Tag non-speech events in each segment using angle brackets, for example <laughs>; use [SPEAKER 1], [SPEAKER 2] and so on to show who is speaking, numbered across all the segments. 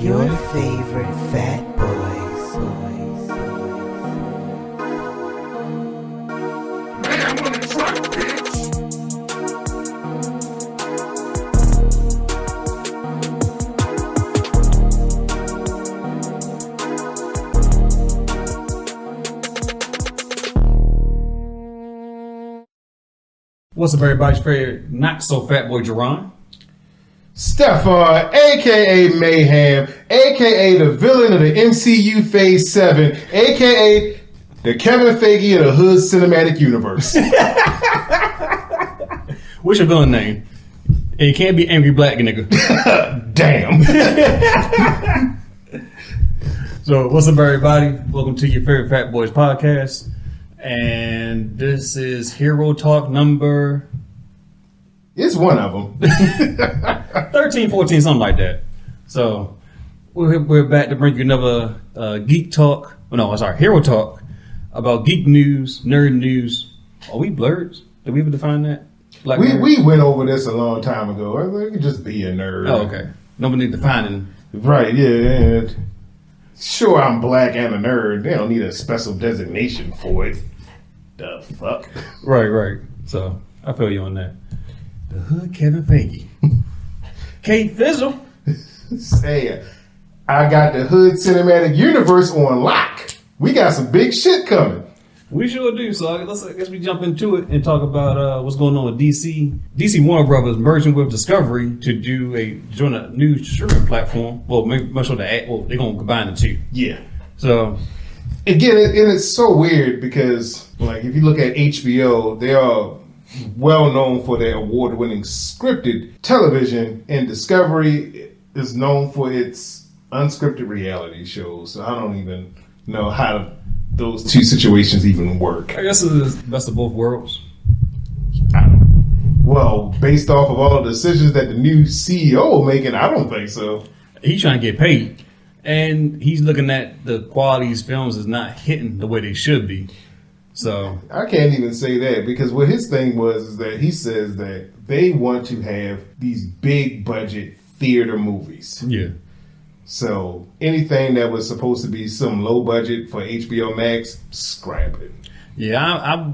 [SPEAKER 1] Your favorite fat boys. boys,
[SPEAKER 2] What's up, everybody's favorite not so fat boy Jerron?
[SPEAKER 3] Stefan, aka Mayhem, aka the villain of the MCU Phase 7, aka the Kevin Feige of the Hood
[SPEAKER 2] <laughs>
[SPEAKER 3] Cinematic Universe.
[SPEAKER 2] What's your villain name? It can't be angry black <laughs> nigga. <laughs>
[SPEAKER 3] Damn.
[SPEAKER 2] so what's up, everybody? Welcome to your favorite fat boys podcast, and this is Hero Talk number
[SPEAKER 3] It's one of them.
[SPEAKER 2] 13, 14, something like that. So we're we're back to bring you another uh, geek talk. Oh, no, sorry, Hero Talk about geek news, nerd news. Are we blurred? Did we ever define that? Black
[SPEAKER 3] We,
[SPEAKER 2] nerd?
[SPEAKER 3] we went over this a long time ago. I think it could just be a nerd.
[SPEAKER 2] Oh, okay. Nobody defining.
[SPEAKER 3] Right, yeah. yeah. Sure, I'm black and a nerd. They don't need a special designation for it. The fuck? <laughs>
[SPEAKER 2] Right, right. So I feel you on that. The hood, Kevin <laughs> Feige, Kate Fizzle.
[SPEAKER 3] Say, I got the Hood Cinematic Universe on lock. We got some big shit coming.
[SPEAKER 2] We sure do. So I let's I guess we jump into it and talk about uh, what's going on with DC. DC Warner Brothers merging with Discovery to do a join a new streaming platform. Well, maybe much of the ad. Well, they're gonna combine the two.
[SPEAKER 3] Yeah.
[SPEAKER 2] So
[SPEAKER 3] again, it, and it's so weird because, like, if you look at HBO, they are well known for their award winning scripted television, and Discovery is known for its unscripted reality shows. So I don't even know how those two situations even work.
[SPEAKER 2] I guess it's the best of both worlds.
[SPEAKER 3] I don't- well, based off of all the decisions that the new CEO will making, I don't think so.
[SPEAKER 2] He's trying to get paid, and he's looking at the quality of his films is not hitting the way they should be. So
[SPEAKER 3] I can't even say that because what his thing was is that he says that they want to have these big budget theater movies.
[SPEAKER 2] yeah.
[SPEAKER 3] So anything that was supposed to be some low budget for HBO Max, scrap it.
[SPEAKER 2] Yeah, I, I,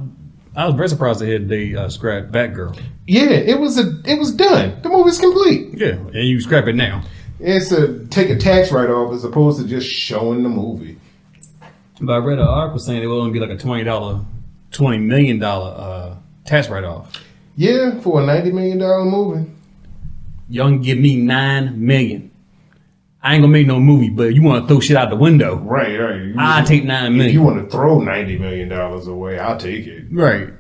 [SPEAKER 2] I was very surprised they had they uh, scrapped Batgirl.
[SPEAKER 3] Yeah, it was a it was done. The movie's complete.
[SPEAKER 2] Yeah, and you scrap it now.
[SPEAKER 3] It's a take a tax write off as opposed to just showing the movie.
[SPEAKER 2] But I read an article saying it will only be like a twenty dollar, twenty million dollar uh, tax write off.
[SPEAKER 3] Yeah, for a ninety million dollar movie.
[SPEAKER 2] Y'all can give me nine million. I ain't gonna make no movie, but you want to throw shit out the window?
[SPEAKER 3] Right, right. You-
[SPEAKER 2] I take nine
[SPEAKER 3] if you
[SPEAKER 2] million.
[SPEAKER 3] want to throw ninety million dollars away, I'll take it.
[SPEAKER 2] Right.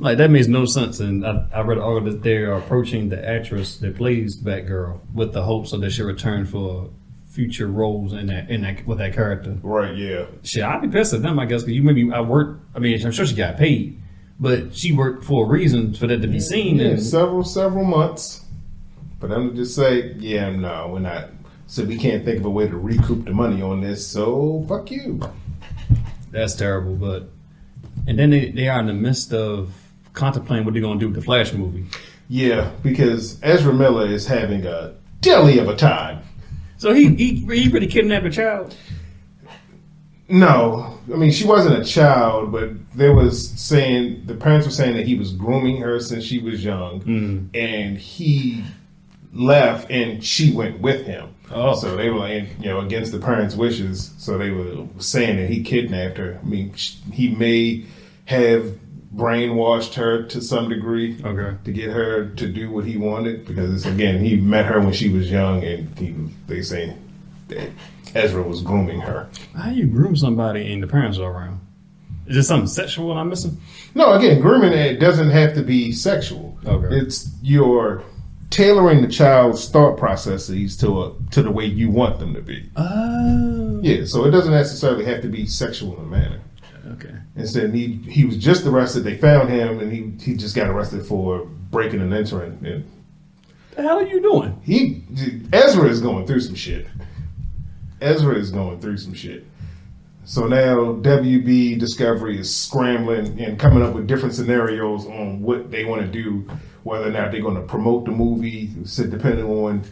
[SPEAKER 2] Like that makes no sense, and I, I read an article that they are approaching the actress that plays Batgirl with the hopes of that she'll return for future roles in that in that with that character.
[SPEAKER 3] Right, yeah.
[SPEAKER 2] Shit, I'd be pissed at them, I guess, because you maybe I worked. I mean, I'm sure she got paid, but she worked for a reason for that to be seen.
[SPEAKER 3] Yeah,
[SPEAKER 2] And
[SPEAKER 3] several several months. But I'm gonna just say, yeah, no, we're not. So we can't think of a way to recoup the money on this. So fuck you.
[SPEAKER 2] that's terrible. But and then they, they are in the midst of contemplating what they're gonna do with the Flash movie.
[SPEAKER 3] Yeah, because Ezra Miller is having a deli of a time.
[SPEAKER 2] So he he, he really kidnapped a child.
[SPEAKER 3] No, I mean she wasn't a child, but there was saying the parents were saying that he was grooming her since she was young,
[SPEAKER 2] Mm.
[SPEAKER 3] and he left and she went with him.
[SPEAKER 2] Oh.
[SPEAKER 3] so they were like, you know against the parents' wishes. So they were saying that he kidnapped her. I mean, sh- he may have brainwashed her to some degree
[SPEAKER 2] Okay.
[SPEAKER 3] to get her to do what he wanted because again he met her when she was young and he they say that Ezra was grooming her.
[SPEAKER 2] How you groom somebody and the parents are around? Is there something sexual I'm missing?
[SPEAKER 3] No, again, grooming it doesn't have to be sexual.
[SPEAKER 2] Okay.
[SPEAKER 3] It's your tailoring the child's thought processes to a, to the way you want them to be.
[SPEAKER 2] Oh.
[SPEAKER 3] Yeah, so it doesn't necessarily have to be sexual in a manner.
[SPEAKER 2] Okay.
[SPEAKER 3] Instead, he he was just arrested. They found him, and he he just got arrested for breaking and entering. And
[SPEAKER 2] The hell are you doing?
[SPEAKER 3] he Ezra is going through some shit. Ezra is going through some shit. So now WB Discovery is scrambling and coming up with different scenarios on what they want to do, whether or not they're going to promote the movie, so depending on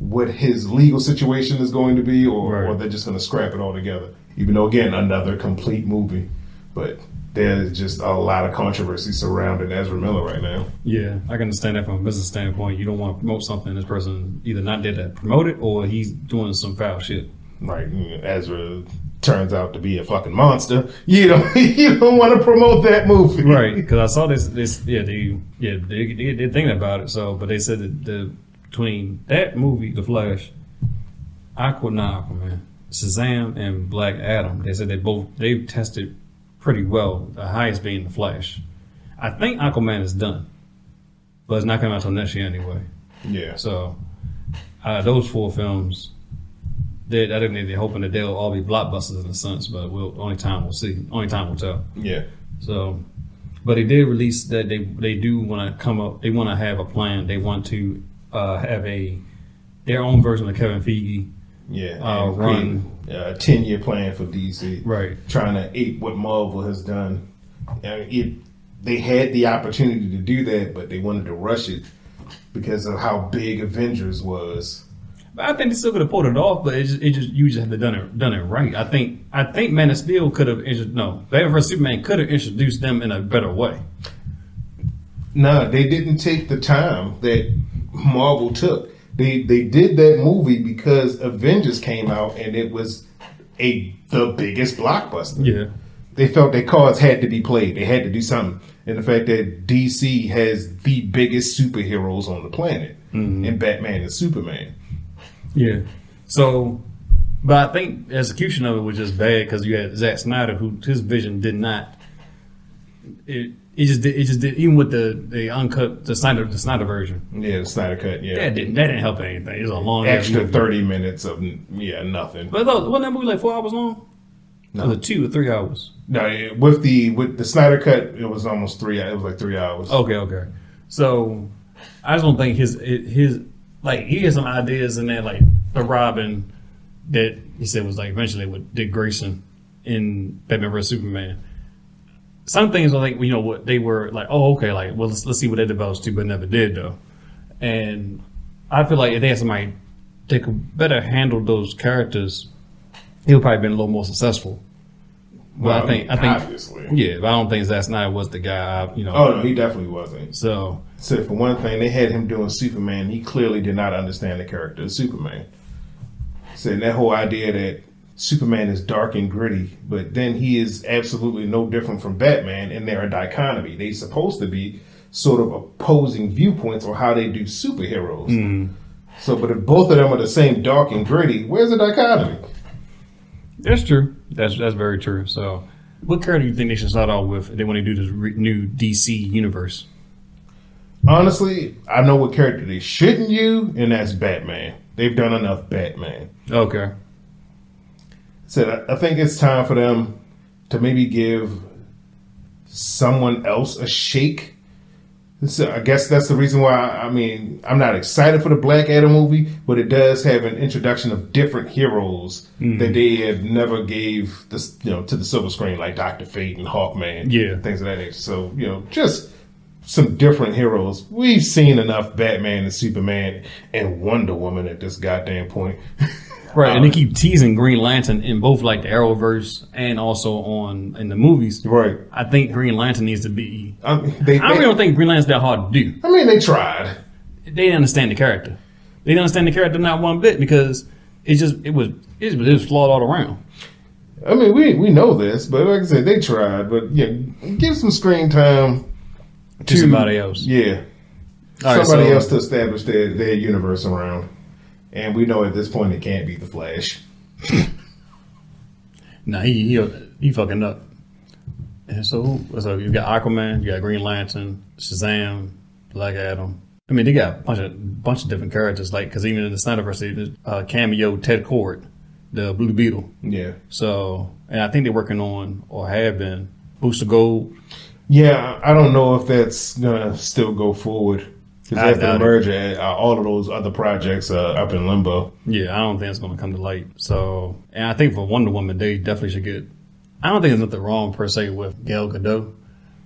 [SPEAKER 3] what his legal situation is going to be, or,
[SPEAKER 2] Right.
[SPEAKER 3] or they're just going to scrap it all together. Even though, again, another complete movie, but there's just a lot of controversy surrounding Ezra Miller right now.
[SPEAKER 2] Yeah, I can understand that from a business standpoint. You don't want to promote something this person either not did to promote it or he's doing some foul shit.
[SPEAKER 3] Like Ezra turns out to be a fucking monster. You don't <laughs> you don't want to promote that movie,
[SPEAKER 2] Right, because I saw this. This yeah, they yeah they, they, they thinking about it. So, but they said that the between that movie, The Flash, Aquaman, Aquaman, Shazam, and Black Adam, they said they both they tested pretty well. The highest being The Flash. I think Aquaman is done, but it's not coming out till next year anyway.
[SPEAKER 3] Yeah.
[SPEAKER 2] So, out of those four films, they, I think they're hoping that they'll all be blockbusters in a sense, but we'll only time we'll see. Only time will tell.
[SPEAKER 3] Yeah.
[SPEAKER 2] So, but they did release that they they do want to come up. They want to have a plan. They want to uh, have a their own version of Kevin Feige.
[SPEAKER 3] Yeah.
[SPEAKER 2] Uh,
[SPEAKER 3] and
[SPEAKER 2] run.
[SPEAKER 3] create A ten year plan for DC.
[SPEAKER 2] Right.
[SPEAKER 3] Trying to ape what Marvel has done. And it they had the opportunity to do that, but they wanted to rush it because of how big Avengers was.
[SPEAKER 2] But I think they still could have pulled it off. But it just, it just you just have to done it done it right. I think I think Man of Steel could have intro- no Batman vs Superman could have introduced them in a better way.
[SPEAKER 3] No, they didn't take the time that Marvel took. They they did that movie because Avengers came out and it was a the biggest blockbuster.
[SPEAKER 2] Yeah.
[SPEAKER 3] They felt their cards had to be played. They had to do something. And the fact that DC has the biggest superheroes on the planet,
[SPEAKER 2] Mm-hmm.
[SPEAKER 3] and Batman and Superman.
[SPEAKER 2] Yeah. So, but I think the execution of it was just bad because you had Zack Snyder, who his vision did not. It it just did, it just did even with the the uncut the Snyder the Snyder version
[SPEAKER 3] Yeah, the Snyder Cut. Yeah,
[SPEAKER 2] that didn't that didn't help anything. It was a long ass
[SPEAKER 3] extra
[SPEAKER 2] movie.
[SPEAKER 3] thirty minutes of yeah nothing.
[SPEAKER 2] But though, wasn't that movie like four hours long? No, was it two or three hours.
[SPEAKER 3] No, it- with the with the Snyder Cut, it was almost three. It was like three hours.
[SPEAKER 2] Okay, okay. So I just don't think his his like he had some ideas in there, like the Robin that he said was like eventually with Dick Grayson in Batman vs Superman. Some things I think you know what they were like. Oh, okay, like well, let's, let's see what that develops to, but never did though. And I feel like if they had somebody they could better handle those characters, he would probably been a little more successful. But I think I think
[SPEAKER 3] obviously.
[SPEAKER 2] yeah, but I don't think Zack Snyder was the guy. I, you know,
[SPEAKER 3] Oh no, he definitely wasn't.
[SPEAKER 2] so.
[SPEAKER 3] So for one thing, they had him doing Superman. He clearly did not understand the character of Superman. So that whole idea that Superman is dark and gritty, but then he is absolutely no different from Batman, and they're a dichotomy. They supposed to be sort of opposing viewpoints on how they do superheroes. So, but if both of them are the same dark and gritty, where's the dichotomy?
[SPEAKER 2] That's true. That's that's very true. So, what character do you think they should start off with? They want to do this re- new DC universe.
[SPEAKER 3] Honestly, I know what character they shouldn't use, and that's Batman. They've done enough Batman.
[SPEAKER 2] Okay.
[SPEAKER 3] said, I, I think it's time for them to maybe give someone else a shake. So I guess that's the reason why. I mean, I'm not excited for the Black Adam movie, but it does have an introduction of different heroes that they have never gave this, you know, to the silver screen, like Doctor Fate and Hawkman,
[SPEAKER 2] Yeah.
[SPEAKER 3] things of that nature. So you know, just some different heroes. We've seen enough Batman and Superman and Wonder Woman at this goddamn point.
[SPEAKER 2] Right, and they keep teasing Green Lantern in both like the Arrowverse and also on in the movies.
[SPEAKER 3] right.
[SPEAKER 2] I think Green Lantern needs to be.
[SPEAKER 3] <laughs> I mean, they,
[SPEAKER 2] I really don't think Green Lantern's that hard to do.
[SPEAKER 3] I mean, they tried.
[SPEAKER 2] They didn't understand the character. They didn't understand the character not one bit because it just it was it was, it was flawed all around.
[SPEAKER 3] I mean, we we know this, but like I said, they tried. But yeah, give some screen time
[SPEAKER 2] To somebody else.
[SPEAKER 3] Yeah,
[SPEAKER 2] All right,
[SPEAKER 3] somebody
[SPEAKER 2] so-
[SPEAKER 3] else to establish their their universe around. And we know at this point it can't be the Flash.
[SPEAKER 2] Nah, he he, he fucking up. And so, who- so you got Aquaman, you got Green Lantern, Shazam, Black Adam. I mean, they got a bunch of bunch of different characters, like because even in the Snyderverse, they did, uh, cameo Ted Cord, the Blue Beetle.
[SPEAKER 3] Yeah,
[SPEAKER 2] So, and I think they're working on or have been Booster Gold.
[SPEAKER 3] yeah. I don't know if that's gonna still go forward because
[SPEAKER 2] I
[SPEAKER 3] after the
[SPEAKER 2] doubt it.
[SPEAKER 3] merger, uh, all of those other projects are up in limbo.
[SPEAKER 2] Yeah, I don't think it's going to come to light. So, and I think for Wonder Woman, they definitely should get. I don't think there's nothing wrong per se with Gal Gadot,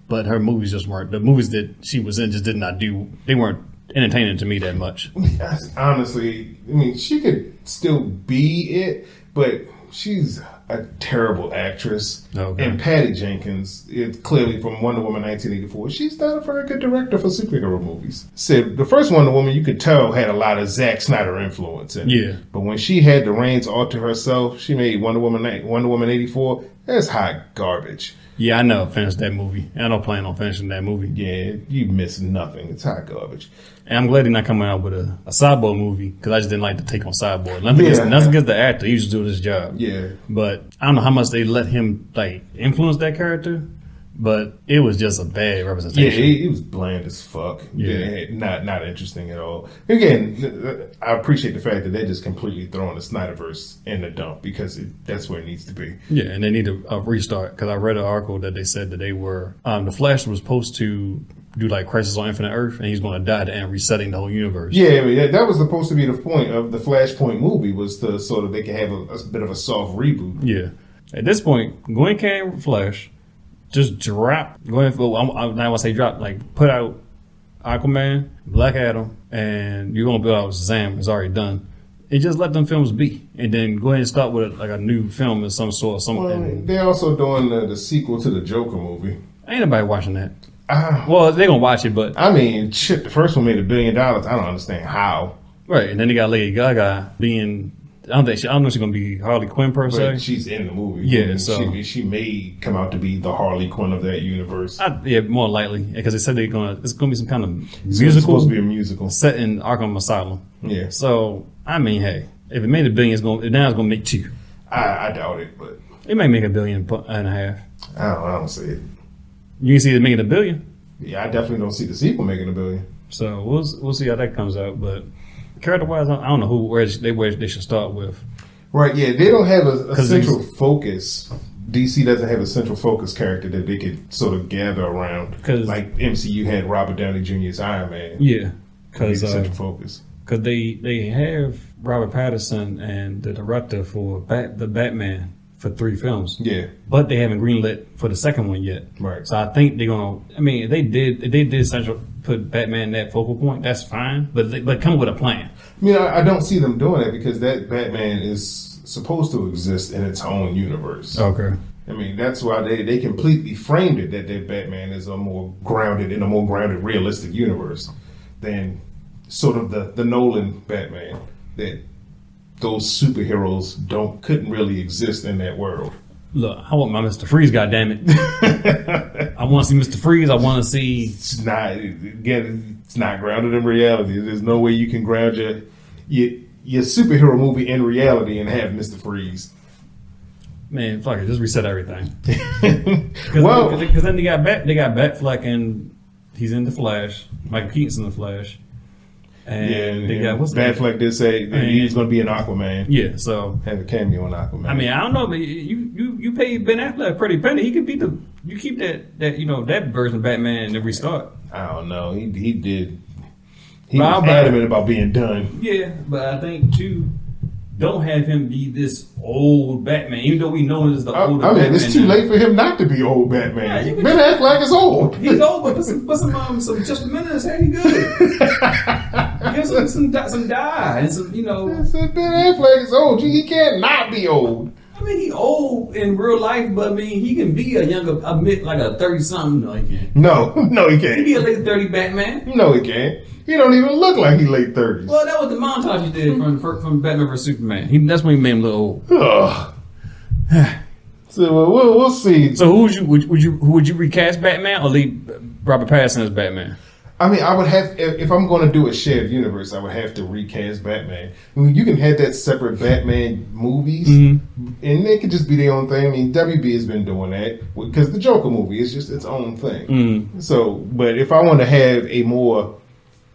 [SPEAKER 2] but her movies just weren't the movies that she was in. Just did not do. They weren't entertaining to me that
[SPEAKER 3] <laughs>
[SPEAKER 2] much.
[SPEAKER 3] Yes, honestly, I mean, she could still be it, but she's a terrible actress.
[SPEAKER 2] Okay.
[SPEAKER 3] And Patty Jenkins, it, clearly from Wonder Woman 1984, she's not a very good director for superhero movies. Said the first Wonder Woman, you could tell had a lot of Zack Snyder influence in it.
[SPEAKER 2] Yeah.
[SPEAKER 3] But when she had the reins all to herself, she made Wonder Woman ni- Wonder Woman 84. That's hot garbage.
[SPEAKER 2] Yeah, I never finished that movie. I don't plan on finishing that movie.
[SPEAKER 3] Yeah, you miss nothing. It's hot garbage.
[SPEAKER 2] And I'm glad they're not coming out with a, a Cyborg movie because I just didn't like the take on Cyborg. Nothing,
[SPEAKER 3] Yeah.
[SPEAKER 2] against, nothing against the actor. He just do his job.
[SPEAKER 3] Yeah.
[SPEAKER 2] But I don't know how much they let him like influence that character, but it was just a bad
[SPEAKER 3] Yeah,
[SPEAKER 2] representation.
[SPEAKER 3] he, he was bland as fuck.
[SPEAKER 2] Yeah.
[SPEAKER 3] Yeah. not not interesting at all. Again, th- th- I appreciate the fact that they're just completely throwing the Snyderverse in the dump because it, that's where it needs to be.
[SPEAKER 2] Yeah, and they need a, a restart because I read an article that they said that they were um, the Flash was supposed to do like Crisis on Infinite Earth, and he's going to die at the end, resetting the whole universe.
[SPEAKER 3] Yeah, I mean, that, that was supposed to be the point of the Flashpoint movie was to sort of they could have a, a bit of a soft reboot.
[SPEAKER 2] Yeah. At this point, Gwen came with Flash, just drop Gwen. Well, I'm, I'm not want to say drop, like put out Aquaman, Black Adam, and you're gonna build out Shazam. It's already done. And just let them films be, and then go ahead and start with like a new film of some sort. Some
[SPEAKER 3] Well,
[SPEAKER 2] and-
[SPEAKER 3] they're also doing the, the sequel to the Joker movie.
[SPEAKER 2] ain't nobody watching that.
[SPEAKER 3] Ah,
[SPEAKER 2] Well, they gonna watch it, but
[SPEAKER 3] I mean, shit, the first one made a billion dollars. I don't understand how.
[SPEAKER 2] right. And then they got Lady Gaga being. I don't think she, I don't know if she's gonna be Harley Quinn per
[SPEAKER 3] But
[SPEAKER 2] se.
[SPEAKER 3] she's in the movie.
[SPEAKER 2] Yeah,
[SPEAKER 3] And
[SPEAKER 2] so-
[SPEAKER 3] she, she may come out to be the Harley Quinn of that universe.
[SPEAKER 2] I, yeah, more likely because they said they're gonna. It's gonna be some kind of
[SPEAKER 3] It's supposed
[SPEAKER 2] musical
[SPEAKER 3] to be a musical.
[SPEAKER 2] set in Arkham Asylum.
[SPEAKER 3] Yeah,
[SPEAKER 2] So I mean, hey, if it made a billion, it's going now it's going to make two.
[SPEAKER 3] I, I doubt it, but
[SPEAKER 2] It may make a billion pu- and a half.
[SPEAKER 3] I don't, I don't see it.
[SPEAKER 2] You can see it making a billion.
[SPEAKER 3] Yeah, I definitely don't see the sequel making a billion.
[SPEAKER 2] So we'll s- we'll see how that comes out. But character wise, I don't know who where they where they should start with.
[SPEAKER 3] Right? Yeah, they don't have a, a
[SPEAKER 2] 'Cause
[SPEAKER 3] central focus. DC doesn't have a central focus character that they could sort of gather around.
[SPEAKER 2] 'Cause-
[SPEAKER 3] Like MCU had Robert Downey Jr.'s Iron Man.
[SPEAKER 2] Yeah, uh,
[SPEAKER 3] He's
[SPEAKER 2] because
[SPEAKER 3] a central focus.
[SPEAKER 2] they they have Robert Patterson and the director for Bat, the Batman for three films,
[SPEAKER 3] Yeah,
[SPEAKER 2] but they haven't greenlit for the second one yet.
[SPEAKER 3] right.
[SPEAKER 2] So I think they're gonna. I mean, if they did if they did central put Batman in that focal point. That's fine, but they, but come with a plan.
[SPEAKER 3] I mean, I, I don't see them doing that because that Batman is supposed to exist in its own universe.
[SPEAKER 2] Okay.
[SPEAKER 3] I mean, that's why they, they completely framed it that their Batman is a more grounded in a more grounded, realistic universe than sort of the, the Nolan Batman that those superheroes don't couldn't really exist in that world.
[SPEAKER 2] Look, I want my Mr. Freeze, goddammit.
[SPEAKER 3] <laughs>
[SPEAKER 2] I want to see Mr. Freeze. I want to see.
[SPEAKER 3] It's not again, it's not grounded in reality. There's no way you can ground your your, your superhero movie in reality and have Mister Freeze.
[SPEAKER 2] Man, fuck it, just reset
[SPEAKER 3] <laughs>
[SPEAKER 2] everything. Cause,
[SPEAKER 3] well,
[SPEAKER 2] cause, 'cause then they got Bat, they got Batfleck, and he's in the Flash. Michael Keaton's in the Flash. And
[SPEAKER 3] yeah,
[SPEAKER 2] they got what's that?
[SPEAKER 3] Batfleck did say that
[SPEAKER 2] And-
[SPEAKER 3] he's going to be an Aquaman.
[SPEAKER 2] Yeah, so
[SPEAKER 3] Have a cameo in Aquaman.
[SPEAKER 2] I mean, I don't know, but you you you pay Ben Affleck a pretty penny. He could be the you keep that that you know that version of Batman and restart.
[SPEAKER 3] I don't know. He he did. He
[SPEAKER 2] But I'll
[SPEAKER 3] was
[SPEAKER 2] buy it.
[SPEAKER 3] adamant about being done.
[SPEAKER 2] Yeah, but I think too. Don't have him be this old Batman, even though we know he's the
[SPEAKER 3] I, I mean,
[SPEAKER 2] older Batman.
[SPEAKER 3] Oh, it's too
[SPEAKER 2] now.
[SPEAKER 3] late for him not to be old
[SPEAKER 2] Yeah,
[SPEAKER 3] Batman.
[SPEAKER 2] you can-
[SPEAKER 3] ben Affleck is old. <laughs>
[SPEAKER 2] He's old, but put some, put some, um, some just a minute. Hey, he good. Give some some di- some dye and some you
[SPEAKER 3] I
[SPEAKER 2] know.
[SPEAKER 3] said, ben Affleck is old. Gee, He can't not be old.
[SPEAKER 2] I mean, he old in real life, but I mean, he can be a younger, a mid, like a thirty something. No, he can't.
[SPEAKER 3] No, <laughs> no, he
[SPEAKER 2] He be
[SPEAKER 3] can't.
[SPEAKER 2] a late thirty Batman.
[SPEAKER 3] No, he can't. He don't even look like he late thirties.
[SPEAKER 2] Well, that was the montage you did from from, from Batman vs Superman. He, that's when he made him look old.
[SPEAKER 3] Ugh. <sighs> so well, we'll we'll see.
[SPEAKER 2] So who would you would, would you who would you recast Batman or leave Robert Pattinson as Batman?
[SPEAKER 3] I mean, I would have if, if I'm going to do a shared universe, I would have to recast Batman. I mean, you can have that separate Batman movies, and they could just be their own thing. I mean, WB has been doing that because the Joker movie is just its own thing. So, but if I want to have a more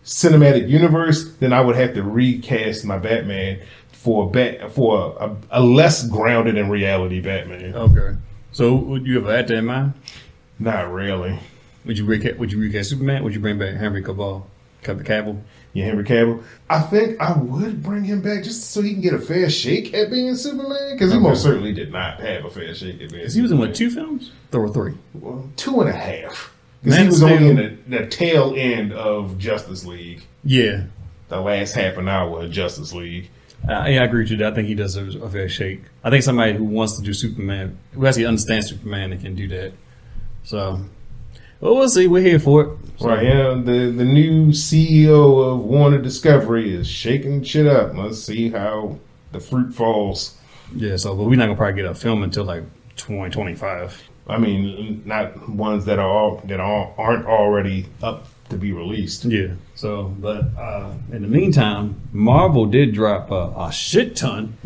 [SPEAKER 3] cinematic universe, then I would have to recast my Batman for a bat for a, a less grounded in reality Batman.
[SPEAKER 2] Okay. So would you have had that in mind?
[SPEAKER 3] Not really.
[SPEAKER 2] Would you recast Would you recast Superman? Would you bring back Henry Cavill? Cavill.
[SPEAKER 3] Yeah, Henry Cavill. I think I would bring him back just so he can get a fair shake at being Superman because he most certainly did not have a fair shake at being.
[SPEAKER 2] He was in
[SPEAKER 3] Superman.
[SPEAKER 2] what two films? There were three.
[SPEAKER 3] Well, two and a half. Because
[SPEAKER 2] Man
[SPEAKER 3] he
[SPEAKER 2] of
[SPEAKER 3] was
[SPEAKER 2] Steel-
[SPEAKER 3] only in the, the tail end of Justice League,
[SPEAKER 2] Yeah.
[SPEAKER 3] the last half an hour of Justice League.
[SPEAKER 2] Uh, yeah, I agree with you. that. I think he does a, a fair shake. I think somebody who wants to do Superman, who actually understands Superman, and can do that. So, well, we'll see. We're here for it. So,
[SPEAKER 3] Right, yeah. The the new CEO of Warner Discovery is shaking shit up. Let's see how the fruit falls.
[SPEAKER 2] Yeah. So, but we're not gonna probably get a film until like twenty twenty five.
[SPEAKER 3] I mean, not ones that are all, that all, aren't already up to be released.
[SPEAKER 2] Yeah. So, but uh, in the meantime, Marvel did drop uh, a shit ton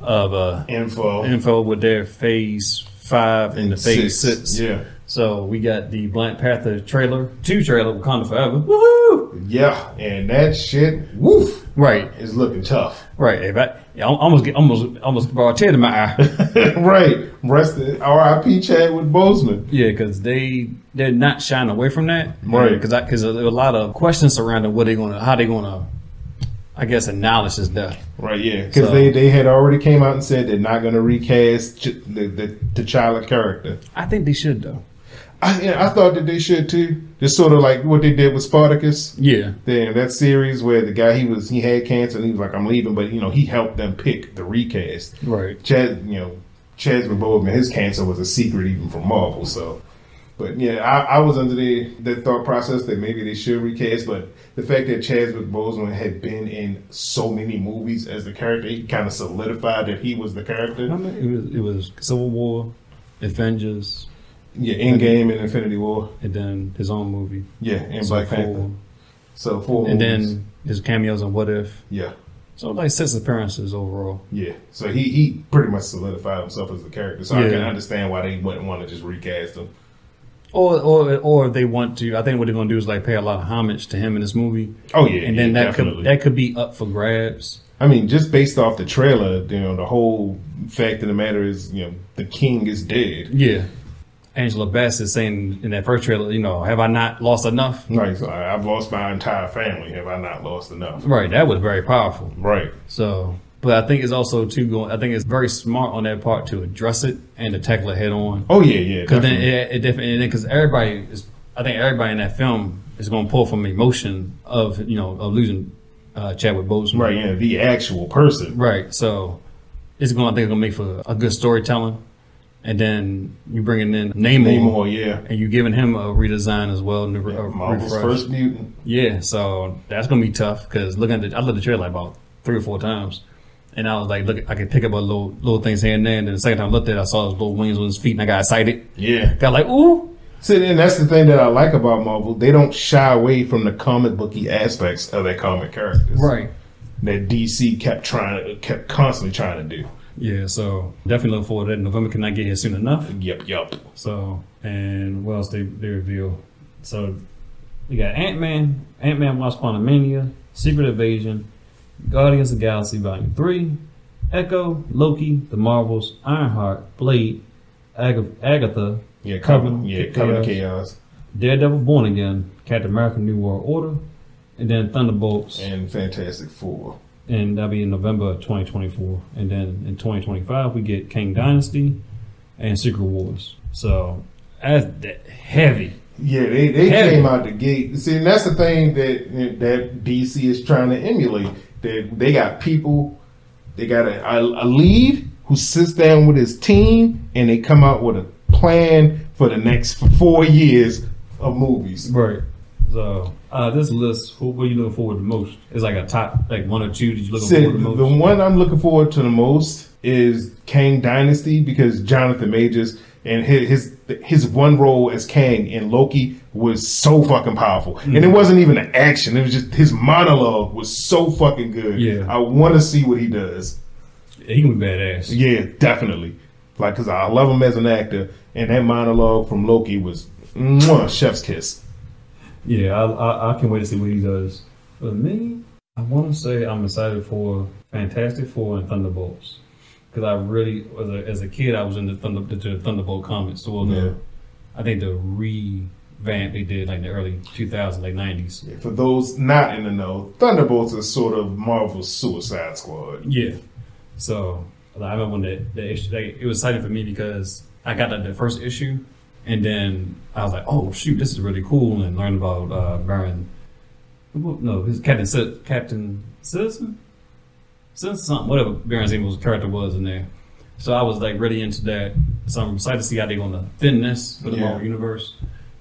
[SPEAKER 2] of uh,
[SPEAKER 3] Info
[SPEAKER 2] info with their Phase Five and the Phase Six.
[SPEAKER 3] Yeah,
[SPEAKER 2] So we got the Black Panther trailer, two trailer, Wakanda Forever. Woohoo!
[SPEAKER 3] yeah, and that shit, woof,
[SPEAKER 2] Right.
[SPEAKER 3] is looking tough. <laughs>
[SPEAKER 2] Right, if I, yeah, I almost get almost almost brought a tear to my
[SPEAKER 3] <laughs>
[SPEAKER 2] eye.
[SPEAKER 3] right. Rest in R.I.P. Chadwick Boseman.
[SPEAKER 2] yeah, because they they're not shying away from that.
[SPEAKER 3] Right.
[SPEAKER 2] because because there are a lot of questions surrounding what they gonna how they gonna, I guess acknowledge his death.
[SPEAKER 3] Right. Yeah. Because
[SPEAKER 2] So-
[SPEAKER 3] they, they had already came out and said they're not going to recast Ch- the, the T'Challa character.
[SPEAKER 2] I think they should though.
[SPEAKER 3] I, yeah, I thought that they should too. Just sort of like what they did with Spartacus.
[SPEAKER 2] Yeah,
[SPEAKER 3] Then that series where the guy he was he had cancer and he was like I'm leaving, but you know he helped them pick the recast.
[SPEAKER 2] right.
[SPEAKER 3] Chad, you know, Chadwick Boseman, his cancer was a secret even from Marvel. So, but yeah, I, I was under the, the thought process that maybe they should recast, but the fact that Chadwick Boseman had been in so many movies as the character, he kind of solidified that he was the
[SPEAKER 2] I
[SPEAKER 3] character.
[SPEAKER 2] mean, it was it was Civil War, Avengers,
[SPEAKER 3] Yeah, in game and Infinity War.
[SPEAKER 2] and then his own movie,
[SPEAKER 3] Yeah, and
[SPEAKER 2] So
[SPEAKER 3] Black
[SPEAKER 2] four.
[SPEAKER 3] Panther. So four.
[SPEAKER 2] and
[SPEAKER 3] movies.
[SPEAKER 2] then his cameos in What If.
[SPEAKER 3] yeah,
[SPEAKER 2] So like six appearances overall.
[SPEAKER 3] yeah. So he he pretty much solidified himself as the character. So I can
[SPEAKER 2] Yeah.
[SPEAKER 3] understand why they wouldn't want to just recast him.
[SPEAKER 2] Or, or, or if they want to, I think what they're going to do is like pay a lot of homage to him in this movie,
[SPEAKER 3] Oh yeah,
[SPEAKER 2] and then
[SPEAKER 3] yeah,
[SPEAKER 2] that
[SPEAKER 3] definitely.
[SPEAKER 2] could that could be up for grabs.
[SPEAKER 3] I mean, just based off the trailer, you know, the whole fact of the matter is, you know, the king is dead.
[SPEAKER 2] Yeah, Angela Bass is saying in that first trailer, you know, have I not lost enough?
[SPEAKER 3] Like, so I- I've lost my entire family. Have I not lost enough?
[SPEAKER 2] Right, that was very powerful.
[SPEAKER 3] Right.
[SPEAKER 2] So, but I think it's also too going. I think it's very smart on that part to address it and to tackle it head on.
[SPEAKER 3] Oh yeah, yeah.
[SPEAKER 2] Because then
[SPEAKER 3] definitely.
[SPEAKER 2] it, it definitely because everybody is. I think everybody in that film is going to pull from emotion of you know of losing uh, Chadwick Boseman.
[SPEAKER 3] right, yeah, the actual person.
[SPEAKER 2] Right. So it's going. I think it's going to make for a good storytelling, and then you bringing in Namor,
[SPEAKER 3] Namor, yeah.
[SPEAKER 2] and you giving him a redesign as well. And a, re- a
[SPEAKER 3] Marvel's
[SPEAKER 2] refresh.
[SPEAKER 3] first mutant.
[SPEAKER 2] Yeah. So that's going to be tough because looking at the, I looked at the trailer about three or four times. And I was like, look, I could pick up a little little things here and there. And then the second time I looked at it, I saw his little wings on his feet, and I got excited.
[SPEAKER 3] Yeah.
[SPEAKER 2] Got like, ooh,
[SPEAKER 3] See, and that's the thing that I like about Marvel. They don't shy away from the comic booky aspects of their comic characters. That DC kept trying, kept constantly trying to do.
[SPEAKER 2] Yeah. So definitely look forward to that. November cannot get here soon enough.
[SPEAKER 3] Yep, yep.
[SPEAKER 2] So, and what else they, they reveal? So, we got Ant Man, Ant Man Wasp Quantumania, Secret Invasion, Guardians of the Galaxy Volume 3, Echo, Loki, The Marvels, Ironheart, Blade, Ag- Agatha,
[SPEAKER 3] Yeah,
[SPEAKER 2] Covenant
[SPEAKER 3] Covenant. Yeah,
[SPEAKER 2] Chaos.
[SPEAKER 3] Covenant Chaos
[SPEAKER 2] Daredevil Born Again, Captain America New World Order, and then Thunderbolts.
[SPEAKER 3] and Fantastic Four.
[SPEAKER 2] and that'll be in November of 2024. And then in 2025, we get King Dynasty and Secret Wars. So, that's that- heavy.
[SPEAKER 3] Yeah, they, they
[SPEAKER 2] Heavy.
[SPEAKER 3] came out the gate. See, and that's the thing that that DC is trying to emulate. They they got people, they got a, a, a lead who sits down with his team, and they come out with a plan for the next four years of movies.
[SPEAKER 2] Right. So uh, this list, who what are you looking forward to most? It's like a top, like one or two that you looking
[SPEAKER 3] See,
[SPEAKER 2] forward to
[SPEAKER 3] the
[SPEAKER 2] most.
[SPEAKER 3] one I'm looking forward to the most is Kang Dynasty because Jonathan Majors and his his, his one role as Kang in Loki was so fucking powerful, and it
[SPEAKER 2] Mm-hmm.
[SPEAKER 3] wasn't even an action; it was just his monologue was so fucking good.
[SPEAKER 2] Yeah.
[SPEAKER 3] I want to see what he does.
[SPEAKER 2] He can be badass.
[SPEAKER 3] Yeah, definitely. Like, cause I love him as an actor, and that monologue from Loki was mwah, chef's kiss.
[SPEAKER 2] Yeah, I, I, I can wait to see what he does. For me, I want to say I'm excited for Fantastic Four and Thunderbolts because I really, as a, as a kid, I was into Thunder, the, the Thunderbolt comics. So the,
[SPEAKER 3] Yeah.
[SPEAKER 2] I think the revamp they did like in the early 2000s, late 90s.
[SPEAKER 3] For those not in the know, Thunderbolts is sort of Marvel's Suicide Squad.
[SPEAKER 2] Yeah. So like, I remember when that, that issue, like, it was exciting for me because I got like, the first issue And then I was like, oh shoot, this is really cool, and learned about uh, Baron. No, his Captain Ci- Captain Citizen, Citizen something, whatever Baron Zemo's character was in there. So I was like really into that. So I'm excited to see how they're gonna thin this for the
[SPEAKER 3] Yeah.
[SPEAKER 2] Marvel Universe,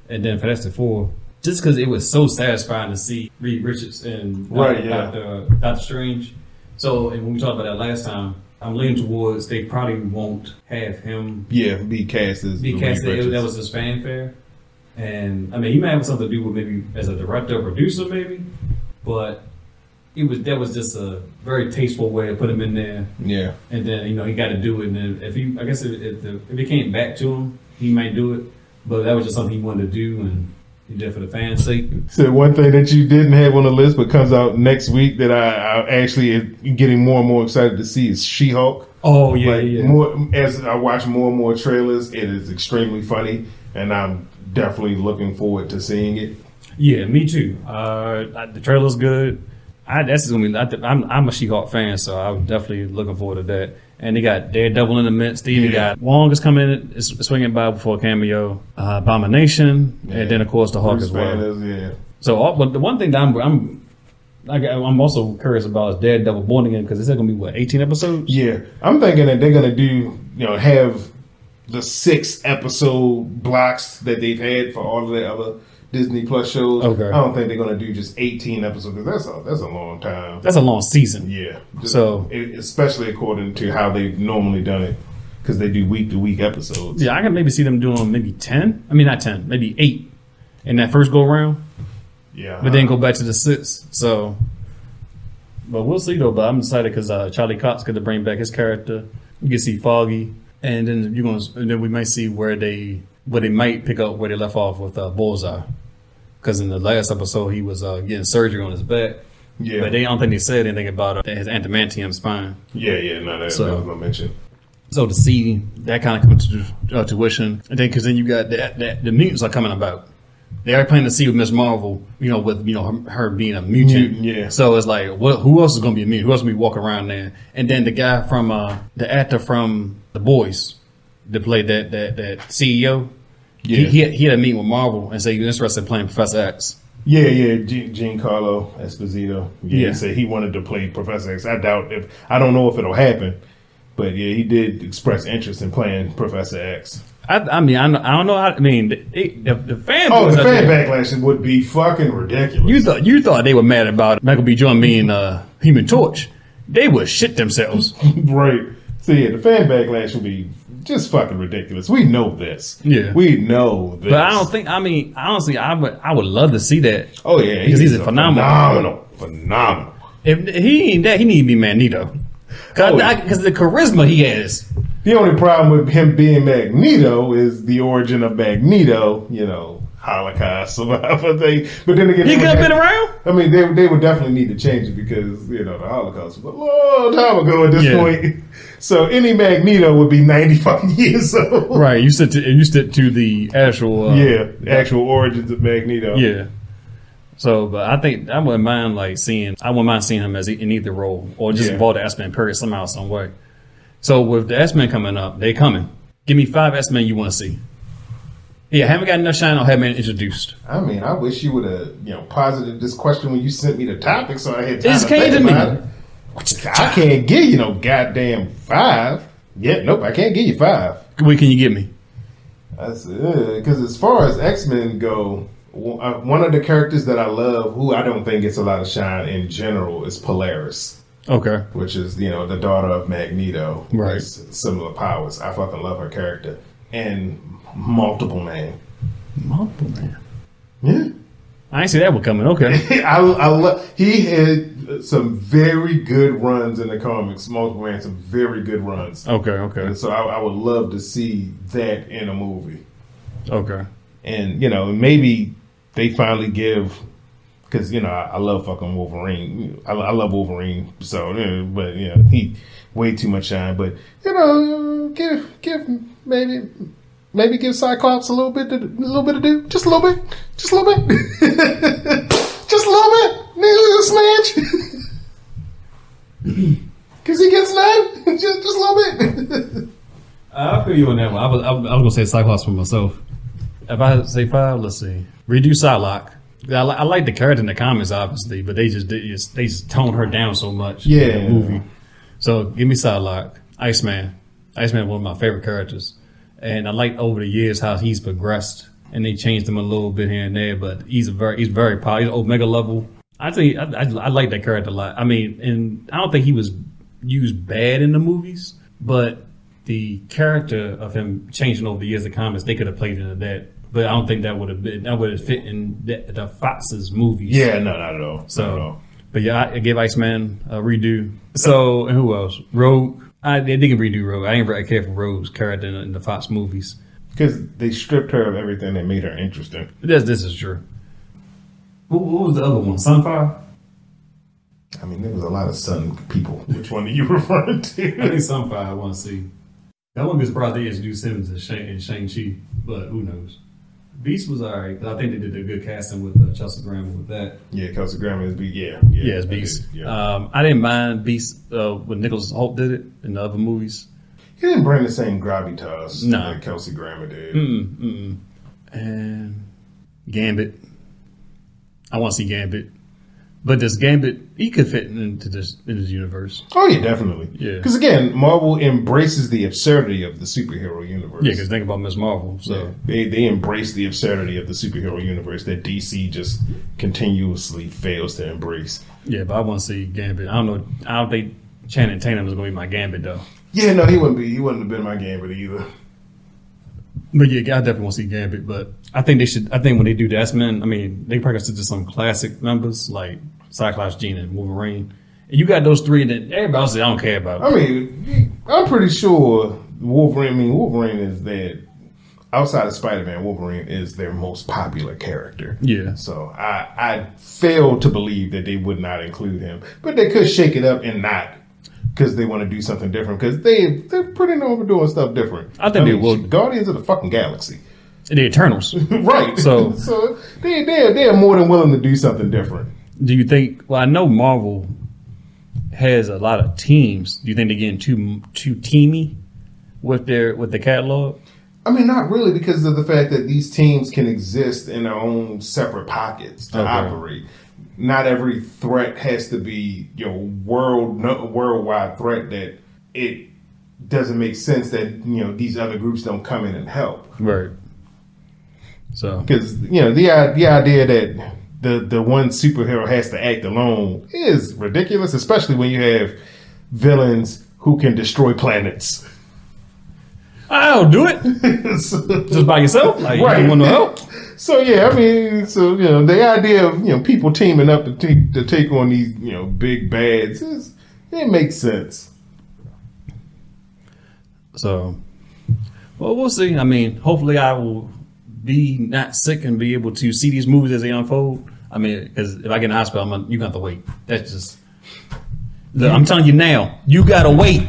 [SPEAKER 2] and then Fantastic Four. Just because it was so satisfying to see Reed Richards and
[SPEAKER 3] Right, yeah.
[SPEAKER 2] Doctor Doctor Strange. So and when we talked about that last time, I'm leaning towards they probably won't have him
[SPEAKER 3] Yeah, be cast as the
[SPEAKER 2] because
[SPEAKER 3] Reed
[SPEAKER 2] it, that
[SPEAKER 3] Richards.
[SPEAKER 2] was his fanfare. And I mean, he might have something to do with maybe as a director or producer, maybe. But it was that was just a very tasteful way to put him in there.
[SPEAKER 3] yeah,
[SPEAKER 2] And then you know he got to do it. And then if he, I guess if, if, the, if it came back to him, he might do it. But that was just something he wanted to do, and he did it for the fans' sake.
[SPEAKER 3] So one thing that you didn't have on the list but comes out next week that I, I actually am getting more and more excited to see is She-Hulk.
[SPEAKER 2] Oh yeah,
[SPEAKER 3] like
[SPEAKER 2] yeah.
[SPEAKER 3] more as I watch more and more trailers, it is extremely funny, and I'm definitely looking forward to seeing it.
[SPEAKER 2] Yeah, me too. Uh, I- the trailer's good. I, that's gonna be. I th- I'm, I'm a She-Hulk fan, so I'm definitely looking forward to that. And they got Daredevil in the midst. They even
[SPEAKER 3] Yeah.
[SPEAKER 2] got Wong is coming in, is swinging by before a cameo. Uh, Abomination,
[SPEAKER 3] Yeah.
[SPEAKER 2] and then of course the Hulk
[SPEAKER 3] Bruce
[SPEAKER 2] as well.
[SPEAKER 3] Banner, yeah.
[SPEAKER 2] So, all, but the one thing that I'm, I'm, I, got- I'm also curious about is Daredevil Born Again because it's gonna be what 18 episodes.
[SPEAKER 3] Yeah, I'm thinking that they're gonna do, you know, have the six episode blocks that they've had for all of the other Disney Plus shows.
[SPEAKER 2] Okay.
[SPEAKER 3] I don't think they're gonna do just 18 episodes because that's a that's a long time.
[SPEAKER 2] That's a long season.
[SPEAKER 3] Yeah. Just-
[SPEAKER 2] So-
[SPEAKER 3] e- especially according to how they've normally done it, because they do week to week episodes.
[SPEAKER 2] Yeah, I can maybe see them doing maybe 10. I mean, not 10, maybe eight in that first go round.
[SPEAKER 3] Yeah. uh,
[SPEAKER 2] but then go back to the six. So, Uh-huh. but we'll see though. But I'm excited because uh, Charlie Cox got to bring back his character. You can see Foggy, and then you're going. And then we might see where they where they might pick up where they left off with uh, Bullseye, because in the last episode he was uh, getting surgery on his back.
[SPEAKER 3] yeah.
[SPEAKER 2] But they I don't think they said anything about uh, his adamantium spine.
[SPEAKER 3] yeah. Yeah. No, that,
[SPEAKER 2] So-
[SPEAKER 3] that was my mention.
[SPEAKER 2] So to see that kind of come to uh, tuition, and then because then you got that, that the mutants are coming about. They are planning to see with Miss Marvel, you know, with you know her, her being a mutant.
[SPEAKER 3] Mutant, yeah.
[SPEAKER 2] So it's like, what? Who else is going to be a mutant? Who else going to be walking around there? And then the guy from uh, the actor from The Boys, that played that that that CEO.
[SPEAKER 3] Yeah.
[SPEAKER 2] He, he, had, he had a meeting with Marvel and said he was interested in playing Professor X.
[SPEAKER 3] Yeah, yeah, G- Giancarlo Esposito. Yeah,
[SPEAKER 2] Yeah.
[SPEAKER 3] He said he wanted to play Professor X. I doubt if I don't know if it'll happen, but yeah, he did express interest in playing Professor X.
[SPEAKER 2] I, I mean, I, don't- I don't know. How, I mean, the, the, the fan.
[SPEAKER 3] Oh,
[SPEAKER 2] boys
[SPEAKER 3] the
[SPEAKER 2] out
[SPEAKER 3] fan
[SPEAKER 2] there-
[SPEAKER 3] backlash would be fucking ridiculous.
[SPEAKER 2] You thought you thought they were mad about Michael B. Jordan being uh, Human Torch. They would shit themselves.
[SPEAKER 3] <laughs> right? So yeah, the fan backlash would be just fucking ridiculous. We know this.
[SPEAKER 2] Yeah.
[SPEAKER 3] we know this.
[SPEAKER 2] But I don't think. I mean, honestly, I would. I would love to see that.
[SPEAKER 3] Oh yeah,
[SPEAKER 2] Because he's a phenomenal-
[SPEAKER 3] phenomenal, phenomenal.
[SPEAKER 2] If he ain't that, he need to be Magneto.
[SPEAKER 3] Oh,
[SPEAKER 2] Because
[SPEAKER 3] yeah.
[SPEAKER 2] the charisma he has.
[SPEAKER 3] The only problem with him being Magneto is the origin of Magneto, you know, Holocaust <laughs> survivor thing. But then again,
[SPEAKER 2] He
[SPEAKER 3] they
[SPEAKER 2] could have
[SPEAKER 3] would-
[SPEAKER 2] been around.
[SPEAKER 3] I mean, they they would definitely need to change it because you know the Holocaust was a long time ago at this
[SPEAKER 2] Yeah.
[SPEAKER 3] point. <laughs> So any Magneto would be ninety five <laughs> years old.
[SPEAKER 2] Right. You said to, you said to the actual. Uh,
[SPEAKER 3] Yeah, actual origins of Magneto.
[SPEAKER 2] Yeah. So, but I think I wouldn't mind like seeing. I wouldn't mind seeing him as e- in either role, or just
[SPEAKER 3] Yeah.
[SPEAKER 2] involve the X Men period somehow, some way. So with the X Men coming up, they coming. Give me five X Men you want to see. Yeah, haven't got enough shine or haven't been introduced.
[SPEAKER 3] I mean, I wish you would have you know posited this question when you sent me the topic, so I had time
[SPEAKER 2] just
[SPEAKER 3] to
[SPEAKER 2] came
[SPEAKER 3] think
[SPEAKER 2] to me.
[SPEAKER 3] about it. I can't give you no goddamn five. Yeah, nope, I can't give you five.
[SPEAKER 2] What can you give me?
[SPEAKER 3] That's because as far as X Men go, w- uh, one of the characters that I love, who I don't think gets a lot of shine in general, is Polaris,
[SPEAKER 2] Okay.
[SPEAKER 3] which is you know the daughter of Magneto,
[SPEAKER 2] Right.
[SPEAKER 3] Has Similar powers. I fucking love her character and multiple man.
[SPEAKER 2] Multiple man.
[SPEAKER 3] Yeah,
[SPEAKER 2] I ain't see that one coming. <laughs> Okay.
[SPEAKER 3] <laughs> I, I love. He had some very good runs in the comics. Multiple man, some very good runs.
[SPEAKER 2] Okay. Okay.
[SPEAKER 3] And so I, I would love to see that in a movie.
[SPEAKER 2] Okay.
[SPEAKER 3] and you know maybe they finally give because you know I, I love fucking Wolverine. I, I love Wolverine, so eh, but you know he way too much shine. But you know give give maybe maybe give Cyclops a little bit to, a little bit of do just a little bit, just a little bit, just a little bit, nigga, a
[SPEAKER 2] <clears throat>
[SPEAKER 3] smidge. Cause he gets none, <laughs> just just a little bit.
[SPEAKER 2] I'll feel you on that one. I was, I was gonna say Cyclops for myself. if I say five, let's see. Redo Psylocke. I, li- I like the character in the comics, obviously, but they just they just, they just toned her down so much in
[SPEAKER 3] Yeah.
[SPEAKER 2] the movie. So give me Psylocke. Iceman. Iceman one of my favorite characters. And I like over the years how he's progressed and they changed him a little bit here and there, but he's a very he's very powerful. He's Omega level. I think I, I, I like that character a lot. I mean, and I don't think he was used bad in the movies, but the character of him changing over the years of comics, they could have played into that. But I don't think that would have been that would have fit in the, the Fox's movies.
[SPEAKER 3] Yeah, no, not at all. not at
[SPEAKER 2] So,
[SPEAKER 3] all.
[SPEAKER 2] Oh. but yeah, I, I gave Iceman a redo. So, and who else? Rogue. I they didn't redo Rogue. I didn't really care for Rogue's character in, in the Fox movies.
[SPEAKER 3] because they stripped her of everything that made her interesting.
[SPEAKER 2] This this is true. Who, who was the other one? Sunfire.
[SPEAKER 3] I mean, there was a lot of sun people. Which one are you <laughs> referring
[SPEAKER 2] I
[SPEAKER 3] to?
[SPEAKER 2] think Sunfire. I want to see. That wouldn't be surprised if they introduced Simmons and Shang and Shang Chi, but who knows? Beast was alright because I think they did a good casting with uh, Chelsea Graham with that.
[SPEAKER 3] yeah, Kelsey Grammer is big. Uh, Yeah,
[SPEAKER 2] Yeah, it's
[SPEAKER 3] that
[SPEAKER 2] Beast.
[SPEAKER 3] is, Yeah.
[SPEAKER 2] Um, I didn't mind Beast uh, when Nicholas Holt did it in the other movies.
[SPEAKER 3] he didn't bring the same gravitas
[SPEAKER 2] No.
[SPEAKER 3] that Kelsey Grammer did.
[SPEAKER 2] Mm-mm. And Um, Gambit. I want to see Gambit. But does Gambit, he could fit into this, in this universe.
[SPEAKER 3] Oh yeah, definitely.
[SPEAKER 2] Yeah.
[SPEAKER 3] because again, Marvel embraces the absurdity of the superhero universe.
[SPEAKER 2] Yeah, because think about Miss Marvel. So,
[SPEAKER 3] They, they embrace the absurdity of the superhero universe that DC just continuously fails to embrace.
[SPEAKER 2] yeah, but I want to see Gambit. I don't know. I don't think Channing Tatum is going to be my Gambit, though.
[SPEAKER 3] Yeah, no, he wouldn't be. He wouldn't have been my game, but either.
[SPEAKER 2] But yeah, I definitely want to see Gambit. But I think they should, I think when they do the X Men, I mean, they probably should do some classic members like Cyclops, Jean, and Wolverine. And you got those three, and then everybody else, I don't care about.
[SPEAKER 3] I mean, I'm pretty sure Wolverine. I mean, Wolverine is that outside of Spider Man, Wolverine is their most popular character.
[SPEAKER 2] Yeah.
[SPEAKER 3] So I I fail to believe that they would not include him, but they could shake it up and not because they want to do something different because they they're pretty known for doing stuff different.
[SPEAKER 2] I think they will.
[SPEAKER 3] Guardians of the fucking galaxy, <laughs>
[SPEAKER 2] The Eternals.
[SPEAKER 3] right?
[SPEAKER 2] So-
[SPEAKER 3] <laughs> so they they they are more than willing to do something different.
[SPEAKER 2] Do you think? Well, I know Marvel has a lot of teams. Do you think they're getting too too teamy with their with the catalog?
[SPEAKER 3] I mean, not really, because of the fact that these teams can exist in their own separate pockets to
[SPEAKER 2] Okay.
[SPEAKER 3] operate. Not every threat has to be you know world no, worldwide threat that it doesn't make sense that you know these other groups don't come in and help
[SPEAKER 2] Right. So
[SPEAKER 3] because you know the i- the idea that the the one superhero has to act alone is ridiculous, especially when you have villains who can destroy planets. <laughs>
[SPEAKER 2] I'll do it
[SPEAKER 3] So-
[SPEAKER 2] just by yourself. Like, you
[SPEAKER 3] Right.
[SPEAKER 2] don't want no help.
[SPEAKER 3] <laughs> So yeah, I mean, so you know, the idea of you know people teaming up to take to take on these you know big bads is it makes sense.
[SPEAKER 2] So, well, we'll see. I mean, hopefully, I will be not sick and be able to see these movies as they unfold. I mean, because if I get in the hospital, I'm gonna, you got to wait. That's just. Look, I'm telling you now. You gotta wait.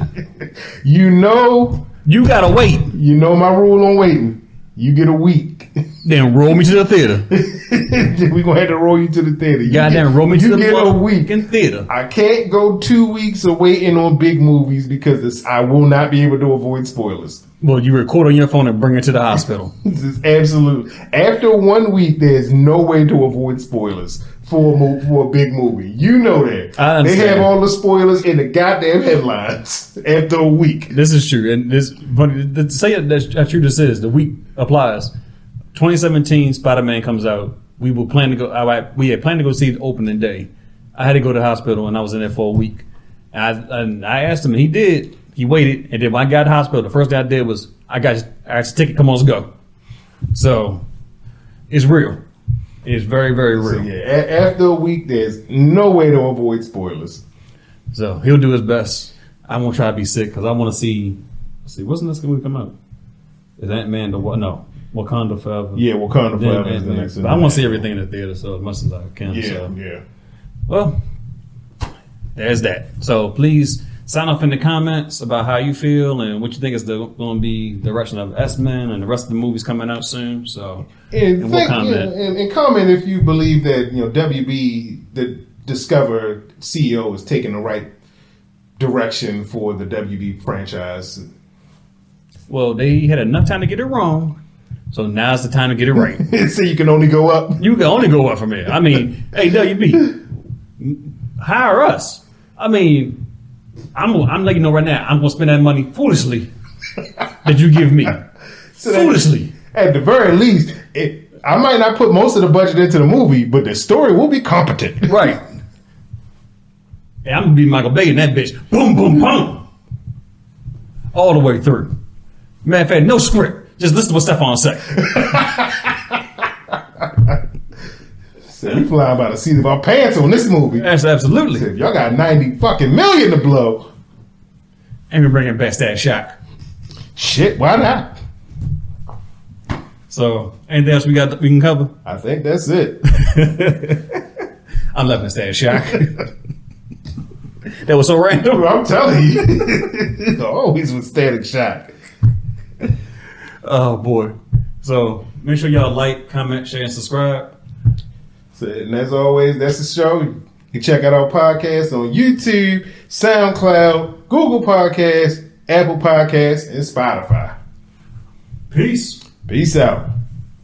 [SPEAKER 3] You know,
[SPEAKER 2] You gotta wait.
[SPEAKER 3] you know my rule on waiting. You get a week. <laughs>
[SPEAKER 2] Then roll me to the theater.
[SPEAKER 3] we gonna have to roll you to the theater. You
[SPEAKER 2] Goddamn,
[SPEAKER 3] get-
[SPEAKER 2] roll me to the
[SPEAKER 3] you get a week.
[SPEAKER 2] fucking theater.
[SPEAKER 3] I can't go two weeks of waiting on big movies because it's, I will not be able to avoid spoilers.
[SPEAKER 2] Well, you record on your phone and bring it to the hospital.
[SPEAKER 3] This is absolute. After one week, there's no way to avoid spoilers for a, mo- for a big movie. You know that.
[SPEAKER 2] I
[SPEAKER 3] they
[SPEAKER 2] understand.
[SPEAKER 3] have all the spoilers in the goddamn headlines <laughs> after a week.
[SPEAKER 2] this is true, and this but to say that that's how true this is. The week applies. 2017 Spider-Man comes out. We were planning to go. I, I- we had planned to go see the opening day. I had to go to the hospital, and I was in there for a week. And I, and I asked him, and he did. He waited, and then when I got to the hospital, the first thing I did was I got I got a ticket. Come on, let's go. So it's real. It's very very real.
[SPEAKER 3] So yeah, a- after a week, there's no way to avoid spoilers.
[SPEAKER 2] So he'll do his best. I won't try to be sick because I want to see. Let's see, what's the next movie come out? Is Ant Man the what? No, Wakanda Forever.
[SPEAKER 3] Yeah, Wakanda
[SPEAKER 2] Then
[SPEAKER 3] Forever is the
[SPEAKER 2] Ant-Man.
[SPEAKER 3] next
[SPEAKER 2] But I want to see everything in the theater so as much as I can.
[SPEAKER 3] Yeah,
[SPEAKER 2] So.
[SPEAKER 3] yeah.
[SPEAKER 2] Well, there's that. So please sign off in the comments about how you feel and what you think is the going to be the direction of X Men and the rest of the movies coming out soon. So And
[SPEAKER 3] And, think,
[SPEAKER 2] we'll comment.
[SPEAKER 3] yeah, and, and comment if you believe that you know WB, the Discover CEO, is taking the right direction for the WB franchise.
[SPEAKER 2] well, they had enough time to get it wrong. So now's the time to get it right.
[SPEAKER 3] so you can only go up.
[SPEAKER 2] You can only go up from here. I
[SPEAKER 3] <laughs>
[SPEAKER 2] mean, hey WB, hire us. I mean, I'm I'm letting you know right now. I'm gonna spend that money foolishly that you give me.
[SPEAKER 3] <laughs> So that-
[SPEAKER 2] foolishly,
[SPEAKER 3] At the very least, it, I might not put most of the budget into the movie, but the story will be competent.
[SPEAKER 2] right? Yeah, I'm gonna be Michael Bay in that bitch. Boom, boom, boom, all the way through. Matter of fact, no script. Just listen to what Stefan
[SPEAKER 3] <laughs>
[SPEAKER 2] said.
[SPEAKER 3] So we flying by the seat of our pants on this movie.
[SPEAKER 2] That's
[SPEAKER 3] If
[SPEAKER 2] absolutely.
[SPEAKER 3] y'all got ninety fucking million to blow,
[SPEAKER 2] And we're bringing back that shock.
[SPEAKER 3] shit, why not?
[SPEAKER 2] So, anything else we got that we can cover?
[SPEAKER 3] I think that's it. <laughs>
[SPEAKER 2] I'm loving Stan Shock. <laughs> that was so random.
[SPEAKER 3] I'm telling <laughs> you, always with static shock.
[SPEAKER 2] Oh boy. So make sure y'all like, comment, share, and subscribe.
[SPEAKER 3] So, and as always, that's the show. You can check out our podcast on YouTube, SoundCloud, Google Podcasts, Apple Podcasts, and Spotify.
[SPEAKER 2] Peace.
[SPEAKER 3] Peace out.